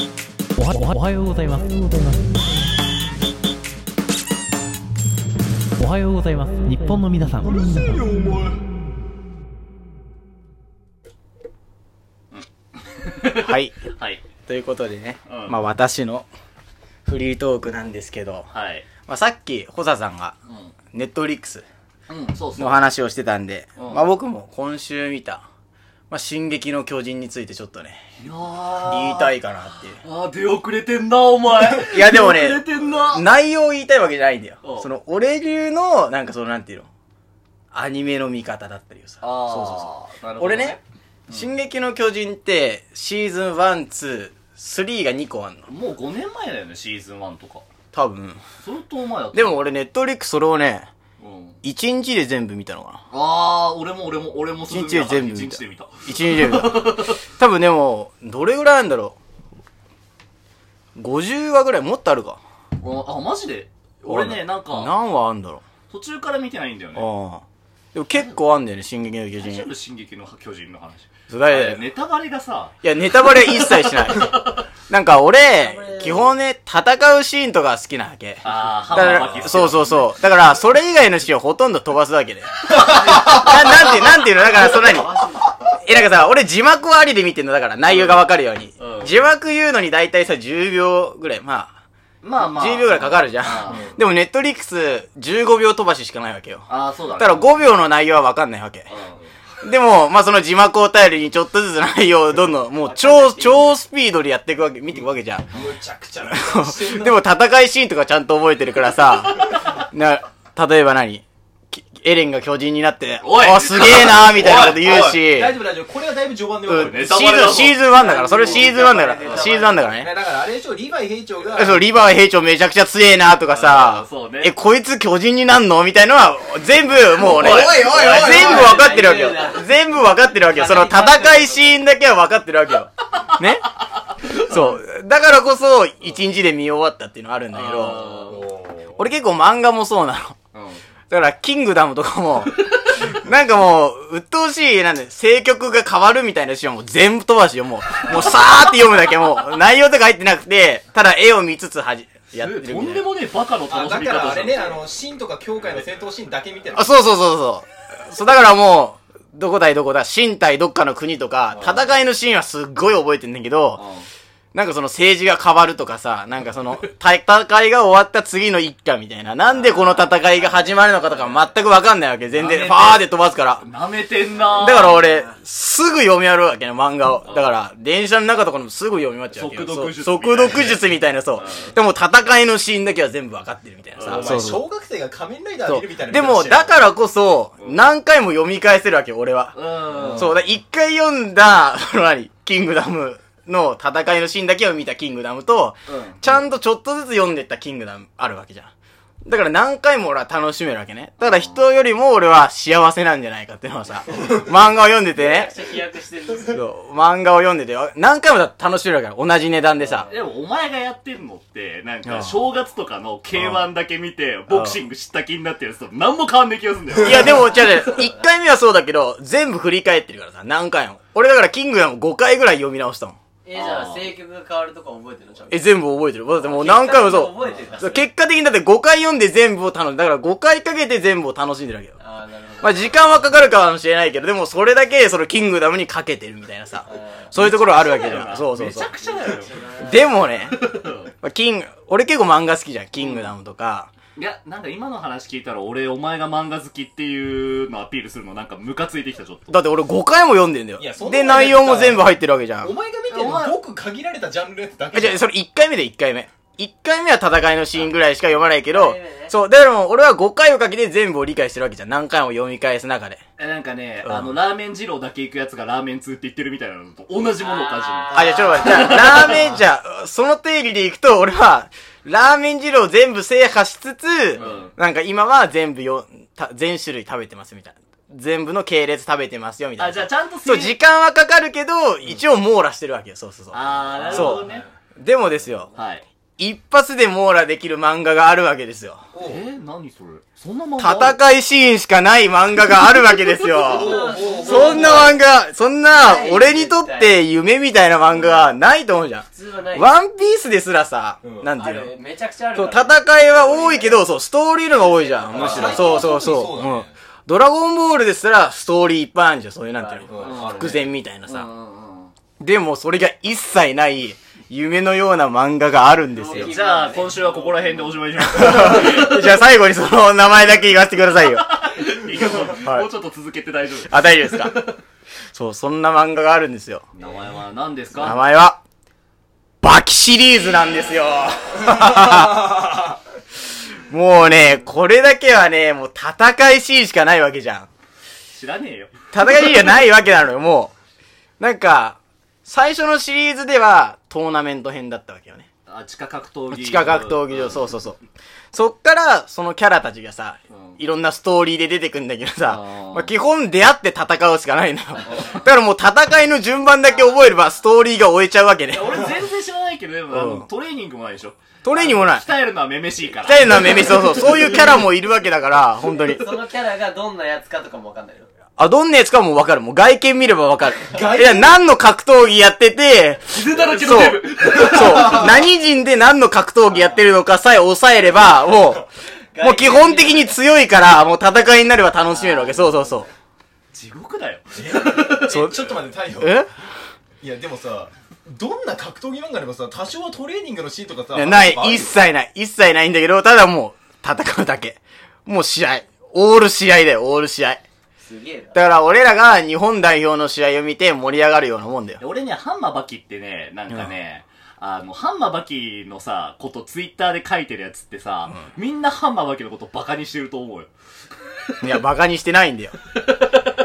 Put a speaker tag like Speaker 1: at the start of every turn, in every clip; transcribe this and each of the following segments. Speaker 1: はおはようございます。おはようございます。日本の皆さん。
Speaker 2: はい。
Speaker 3: はい。
Speaker 2: ということでね、
Speaker 3: うん
Speaker 2: まあ私のフリートークなんですけど、
Speaker 3: はい。
Speaker 2: まあさっき、ホザさんが、
Speaker 3: う
Speaker 2: ネットフリックス
Speaker 3: ん。うん、そうそう。
Speaker 2: の話をしてたんで、
Speaker 3: うん
Speaker 2: まあ僕も今週見た、まあ進撃の巨人についてちょっとね、
Speaker 3: いやー
Speaker 2: 言いたいかなっていう。
Speaker 3: あー、出遅れてんな、お前。
Speaker 2: いやでもね
Speaker 3: 出遅れてんな。
Speaker 2: 内容を言いたいわけじゃないんだよ
Speaker 3: う。ん
Speaker 2: その、俺流の、なんかその、なんていうの、アニメの見方だったりをさ。
Speaker 3: あー
Speaker 2: そうそうそう。
Speaker 3: なるほど
Speaker 2: 俺ね、進撃の巨人って、シーズン1、2、3が2個あんの。
Speaker 3: もう5年前だよね、シーズン1とか。
Speaker 2: 多分。
Speaker 3: 相当前だった。
Speaker 2: でも俺、ネットフリックスそれをね、
Speaker 3: うん。
Speaker 2: 一日で全部見たのかな
Speaker 3: あー、俺も俺も俺も
Speaker 2: 一日で全部見た
Speaker 3: 一日で見た。
Speaker 2: 一日で見 た多分でもどれぐらいあるんだろう50話ぐらいもっとあるか
Speaker 3: うんあ、マジで俺ね、なんか、
Speaker 2: 何話あるんだろ
Speaker 3: 途中から見てないんだよ
Speaker 2: う
Speaker 3: ね。
Speaker 2: ああでも結構あんだよね「進撃の巨
Speaker 3: 大丈
Speaker 2: 人
Speaker 3: 夫進撃の巨人の話。」
Speaker 2: そうだよ
Speaker 3: あれネタバレがさ、
Speaker 2: いやネタバレは一切し ないなんか俺基本ね戦うシーンとか好きなわけ
Speaker 3: あー、
Speaker 2: だか
Speaker 3: ハンマー巻
Speaker 2: ら、
Speaker 3: き
Speaker 2: そうそうそう。だから、それ以外のシーンをほとんど飛ばすわけで。ななんて、なんていうのだから、その何え、なんかさ、俺字幕はありで見てんの、だから、内容がわかるように。
Speaker 3: うん
Speaker 2: 字幕言うのに大体さ、10秒ぐらい、ま
Speaker 3: まあ
Speaker 2: あ、
Speaker 3: まあ。
Speaker 2: 10秒ぐらいかかるじゃ
Speaker 3: あー
Speaker 2: ん。でも、ネットリックス15秒飛ばししかないわけよ。
Speaker 3: あー、そうだ
Speaker 2: だ
Speaker 3: ね。
Speaker 2: から、5秒の内容はわかんないわけ。
Speaker 3: うん
Speaker 2: でも、まあ、その字幕を頼りに、ちょっとずつ内容をどんどん、もう、超、超スピードでやっていくわけ、見ていくわけじゃん。
Speaker 3: むちゃくちゃ。
Speaker 2: でも戦いシーンとかちゃんと覚えてるからさ、な、例えば何きエレンが巨人になって、
Speaker 3: おい
Speaker 2: あ、すげえ なーみたいなこと言う
Speaker 4: おいおい
Speaker 2: し、
Speaker 4: 大丈夫大丈夫これはだいぶ序盤で
Speaker 2: う
Speaker 4: 分
Speaker 2: ん
Speaker 4: かる
Speaker 2: シ
Speaker 3: ネ
Speaker 2: ー
Speaker 3: タバレだ
Speaker 2: ズン、
Speaker 3: ぞ
Speaker 2: シーズン1だから、それシーズン1だから、シーズン1だから ね。
Speaker 4: だからあれでしょリヴァイ兵長が
Speaker 2: えそう、リヴァー兵長めちゃくちゃ強えなとか
Speaker 3: あ
Speaker 2: さ
Speaker 3: ーそうね、
Speaker 2: え、こいつ巨人になんのみたいのは、全部もうね
Speaker 4: おいおいおいおい
Speaker 2: 全部分かってるわけよ
Speaker 4: いやいや。
Speaker 2: 全部分かってるわ けよ。その戦いシーンだけは分かってるわけよ。ねそう。だからこそ、一日で見終わったっていうのはあるんだけど、俺結構漫画もそうなの。
Speaker 3: うん
Speaker 2: だから、キングダムとかも、 なんかもう、鬱陶しい、なんで、政局が変わるみたいなシーンはもう全部飛ばしよ、もう。もうさーって読むだけ、もう、内容とか入ってなくて、ただ絵を見つつはじ、やってるみた い
Speaker 3: と
Speaker 2: なん
Speaker 3: でもねえバカの
Speaker 4: あ
Speaker 3: 楽し
Speaker 4: だ
Speaker 3: み
Speaker 4: から
Speaker 3: 方
Speaker 4: あ
Speaker 3: じゃ
Speaker 4: れ
Speaker 3: ん
Speaker 4: ねあのシーンとか教会の戦闘シーンだけ見てる
Speaker 2: あ、そうそうそうそう。そう、だからもう、どこ対どこだ、身体どっかの国とか、戦いのシーンはすっごい覚えてんだけど、なんかその政治が変わるとかさ、なんかその、た戦いが終わった次の一家みたいな、なんでこの戦いが始まるのかとか全くわかんないわけ。全
Speaker 3: やめ
Speaker 2: 然、
Speaker 3: て
Speaker 2: ファーで飛ばすから。
Speaker 3: なめてんな
Speaker 2: だから俺、すぐ読み終わるわけね、漫画を。だから、電車の中とかでもすぐ読み終わっちゃうわけど。
Speaker 3: 速読術
Speaker 2: そう速読術みたいな、そう。でも戦いのシーンだけは全部わかってるみたいな
Speaker 4: お
Speaker 2: さ。
Speaker 4: 前小学生が仮面ライダー
Speaker 2: そ。
Speaker 4: 見るみたいうな
Speaker 2: でも、だからこそ、何回も読み返せるわけよ、俺は。
Speaker 3: うん
Speaker 2: そう、だから一回読んだ、その何、キングダムの戦いのシーンだけを見たキングダムと、
Speaker 3: うん
Speaker 2: ちゃんとちょっとずつ読んでったキングダムあるわけじゃん。だから何回も俺は楽しめるわけね。だから人よりも俺は幸せなんじゃないかっていうの はさ、漫画を読んでてね。
Speaker 5: 飛躍してるんです
Speaker 2: そう漫画を読んでて、あ何回もだって楽しめるから、同じ値段でさ。
Speaker 3: でもお前がやってんのってなん
Speaker 2: うん
Speaker 3: か正月とかの K1 だけ見てボクシング知った気になってるやつと何も変わんない気がするんだよ
Speaker 2: いや、でも、じゃあね、1回目はそうだけど、全部振り返ってるからさ、何回も。俺だから、キングダム5回ぐらい読み直したもん。
Speaker 5: えじゃあ政局が変わるとか覚えてるのちゃんと
Speaker 2: え、全部覚えてる。だってもう何回もそう。
Speaker 5: 覚えてる
Speaker 2: そう結果的にだって5回読んで全部を楽しんだから5回かけて全部を楽しんでるわけよ。
Speaker 5: ああなるほど
Speaker 2: まあ時間はかかるかもしれないけど、でもそれだけそのキングダムにかけてるみたいなさ。そういうところあるわけじゃん。そうそう
Speaker 3: めち
Speaker 2: そ
Speaker 3: ゃ
Speaker 2: う。
Speaker 3: くちゃだよ
Speaker 2: でもね、まあキング、俺結構漫画好きじゃん。キングダムとか。
Speaker 3: いやなんか今の話聞いたら俺お前が漫画好きっていうのアピールするのなんかムカついてきたちょっと
Speaker 2: だって俺5回も読んでんだよ
Speaker 4: いやそ。んな
Speaker 2: で、
Speaker 4: のやったら
Speaker 2: 内容も全部入ってるわけじゃ
Speaker 4: お
Speaker 2: ん。
Speaker 4: 前が見てる
Speaker 3: お
Speaker 4: の
Speaker 3: 前
Speaker 4: ごく限られたジャンルだけ
Speaker 2: えじゃあ、それ1回目で1回目。1回目は戦いのシーンぐらいしか読まないけ
Speaker 5: 一
Speaker 2: ど
Speaker 5: 回目ね、
Speaker 2: そう、だからもう俺は5回をかけて全部を理解してるわけじゃん。何回も読み返す中で。
Speaker 3: えなんかね
Speaker 2: うん
Speaker 3: あのラーメン二郎だけ行くやつがラーメン2って言ってるみたいなのと同じものを感じる
Speaker 5: あ
Speaker 2: あ、じゃあちょっと待って。じゃあ、ラーメン、じゃあ、その定理でいくと、俺は、ラーメン二郎全部制覇しつつ、
Speaker 3: ん
Speaker 2: なんか今は全部よ、た全種類食べてますみたいな。全部の系列食べてますよみたいな。
Speaker 3: あじゃあちゃんとせい
Speaker 2: そう、時間はかかるけど、一応網羅してるわけよ。そうそうそう。
Speaker 3: あーなるほどね
Speaker 2: でもですよ、
Speaker 3: はい
Speaker 2: 一発で網羅できる漫画があるわけですよ。
Speaker 4: おう
Speaker 3: えー、何それそんな漫画ある
Speaker 2: 戦いシーンしかない漫画があるわけですよ。
Speaker 4: おう
Speaker 2: そんな漫画、そんな
Speaker 5: ない、
Speaker 2: 俺にとって夢みたいな漫画はないと思うじゃん。
Speaker 5: 普通はない。
Speaker 2: ワンピースですらさ、
Speaker 4: うん
Speaker 2: なんて
Speaker 5: あ
Speaker 2: いうの
Speaker 5: る。めちゃくちゃある
Speaker 2: そ
Speaker 5: か
Speaker 2: う、
Speaker 5: ら。
Speaker 2: 戦いは多いけど、そう、ストーリーのが多いじゃん、むしろ。
Speaker 4: あ
Speaker 2: そうそうそう。
Speaker 4: そ
Speaker 2: う
Speaker 4: うだね
Speaker 2: ん。ドラゴンボールですら、ストーリーいっぱいあるじゃん、そういうなんていう
Speaker 4: う
Speaker 2: の。
Speaker 4: んあるね
Speaker 2: 伏線みたい
Speaker 5: う
Speaker 2: な
Speaker 5: んう
Speaker 2: さ。
Speaker 5: んうん
Speaker 2: でも、それが一切ない、夢のような漫画があるんですよ。
Speaker 3: じゃあ、今週はここら辺でおしまいにし ます。
Speaker 2: じゃあ最後にその名前だけ言わせてくださいよ。
Speaker 3: いいけど
Speaker 2: はい
Speaker 3: もうちょっと続けて大丈夫です。
Speaker 2: あ、大丈夫ですかそう、そんな漫画があるんですよ。
Speaker 3: 名前は何です
Speaker 2: 名
Speaker 3: か
Speaker 2: 前は、バキシリーズなんですよ。 もうね、これだけはね、もう戦いシーンしかないわけじゃん。
Speaker 3: 知らねえよ。
Speaker 2: 戦いシーンがないわけなのよ、もう。なんか、最初のシリーズではトーナメント編だったわけよね。
Speaker 3: あ、地下格闘技。。
Speaker 2: 地下格闘技場、そううそうそう。そっから、そのキャラたちがさ、
Speaker 3: うん
Speaker 2: いろんなストーリーで出てくんだけどさ
Speaker 3: あー、
Speaker 2: まあ、基本出会って戦うしかないのよ。だからもう戦いの順番だけ覚えれば、ストーリーが終えちゃうわけね
Speaker 3: いや。俺全然知らないけど、でもあの
Speaker 2: うん
Speaker 3: トレーニングもないでしょ。
Speaker 2: トレーニングもない。
Speaker 3: 鍛えるのはめめしいから。
Speaker 2: 鍛えるのはめめしそうそう。そういうキャラもいるわけだから、本当に。
Speaker 5: そのキャラがどんなやつかとかもわかんないよ。
Speaker 2: あ、どんなやつかもわかる。もう外見見ればわかる。いや、何の格闘技やってて、
Speaker 3: 傷だらけ
Speaker 2: そ
Speaker 3: の
Speaker 2: う。
Speaker 3: デ
Speaker 2: そ
Speaker 3: ブ。。
Speaker 2: う何人で何の格闘技やってるのかさえ抑えれば、もう、もう基本的に強いから、もう戦いになれば楽しめるわけ。そうそうそ
Speaker 3: 地獄だよ。
Speaker 2: う。そう
Speaker 4: えちょっと待って太陽
Speaker 2: え
Speaker 4: いやでもさどんな格闘技漫画でもさ多少はトレーニングのシーンとか
Speaker 2: いや
Speaker 4: さ
Speaker 2: ない
Speaker 4: ある、よ
Speaker 2: 一切ない。一切ないんだけど、ただもう、戦うだけ。もう試合。オール試合だよ、オール試合。
Speaker 5: すげえな。
Speaker 2: だから俺らが日本代表の試合を見て盛り上がるようなもんだよ。
Speaker 3: 俺ね、ハンマーバキってね、なんかね、あの、ハンマーバキのさ、ことツイッターで書いてるやつってさ、みんなハンマーバキのことバカにしてると思うよ。
Speaker 2: いや、バカにしてないんだよ。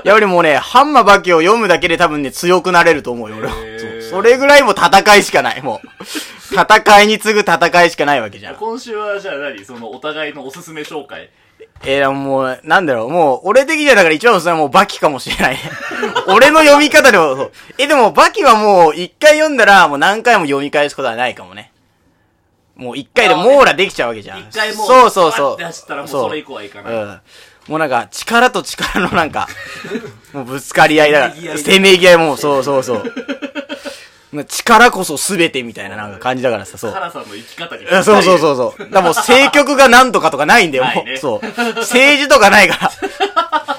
Speaker 2: いや、俺もうね、ハンマーバキを読むだけで多分ね、強くなれると思うよ、俺は。
Speaker 3: へー
Speaker 2: そうそれぐらいもう戦いしかない、もう。戦いに次ぐ戦いしかないわけじゃん。
Speaker 3: 今週はじゃあ何そのお互いのおすすめ紹介。
Speaker 2: えー、もう、なんだろう、もう、俺的にはだから一番おすすめはもうバキかもしれ ない。俺の読み方でもそう、え、でもバキはもう、一回読んだら、もう何回も読み返すことはないかもね。もう一回で網羅できちゃうわけじゃん。
Speaker 3: 一回もう、
Speaker 2: そうそうそ
Speaker 3: バッ
Speaker 2: う
Speaker 3: て。走ったらもうそれ以降はいかない。
Speaker 2: うん。もうなんか、力と力のな んか、もうぶつかり合いだか
Speaker 3: せめぎ合い
Speaker 2: ら、せめぎ合いも、そうそうそう。まあ力こそ全てみたいななんか感じだからさ、そう。
Speaker 3: 原さんの生き方に。
Speaker 2: うんそうそうそうそう。だからもう政局がなんとかとかないんだよ、も。
Speaker 3: ないうね
Speaker 2: そう。政治とかないか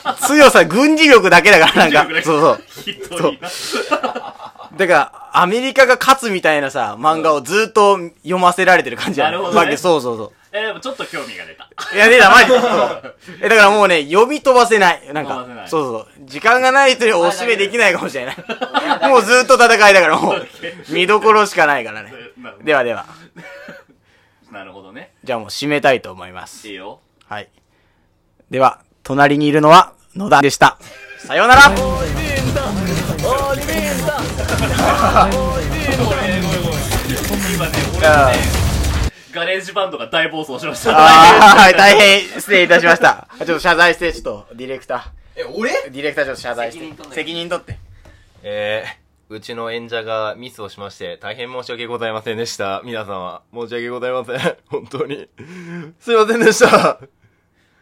Speaker 2: ら。強さ、軍事力だけだからなんか、そうそう。
Speaker 3: ひどいな。
Speaker 2: だから、アメリカが勝つみたいなさ、漫画をずっと読ませられてる感じや
Speaker 3: なるほどね
Speaker 2: わけそうそうそう。
Speaker 3: えー、でもちょっと興味が出 た。
Speaker 2: いや、ねえな、マジで。そうえ、だからもうね、読み飛ばせない。なん
Speaker 3: 飛ば
Speaker 2: か
Speaker 3: せな、い
Speaker 2: そうそうそう。時間がない人におしめできないかもしれない。もうずっと戦いだから、もう、見どころしかないからね。ではでは、
Speaker 3: なるほどね。
Speaker 2: じゃあもう締めたいと思います
Speaker 3: い。いよ。
Speaker 2: はい。では、隣にいるのは、野田でした。さようなら
Speaker 3: 今ね、俺
Speaker 2: あ
Speaker 3: ガレージバンドが大暴走しました。
Speaker 2: あー、はい、大変失礼いたしました。ちょっと謝罪して、ちょっと、ディレクタ
Speaker 4: え俺
Speaker 2: ー。ディレクターちょっと謝罪して
Speaker 5: 責任取ん。なきゃ
Speaker 2: 責任取って。
Speaker 6: えー、うちの演者がミスをしまして、大変申し訳ございませんでした。皆様、申し訳ございません。本当に。すいませんでした。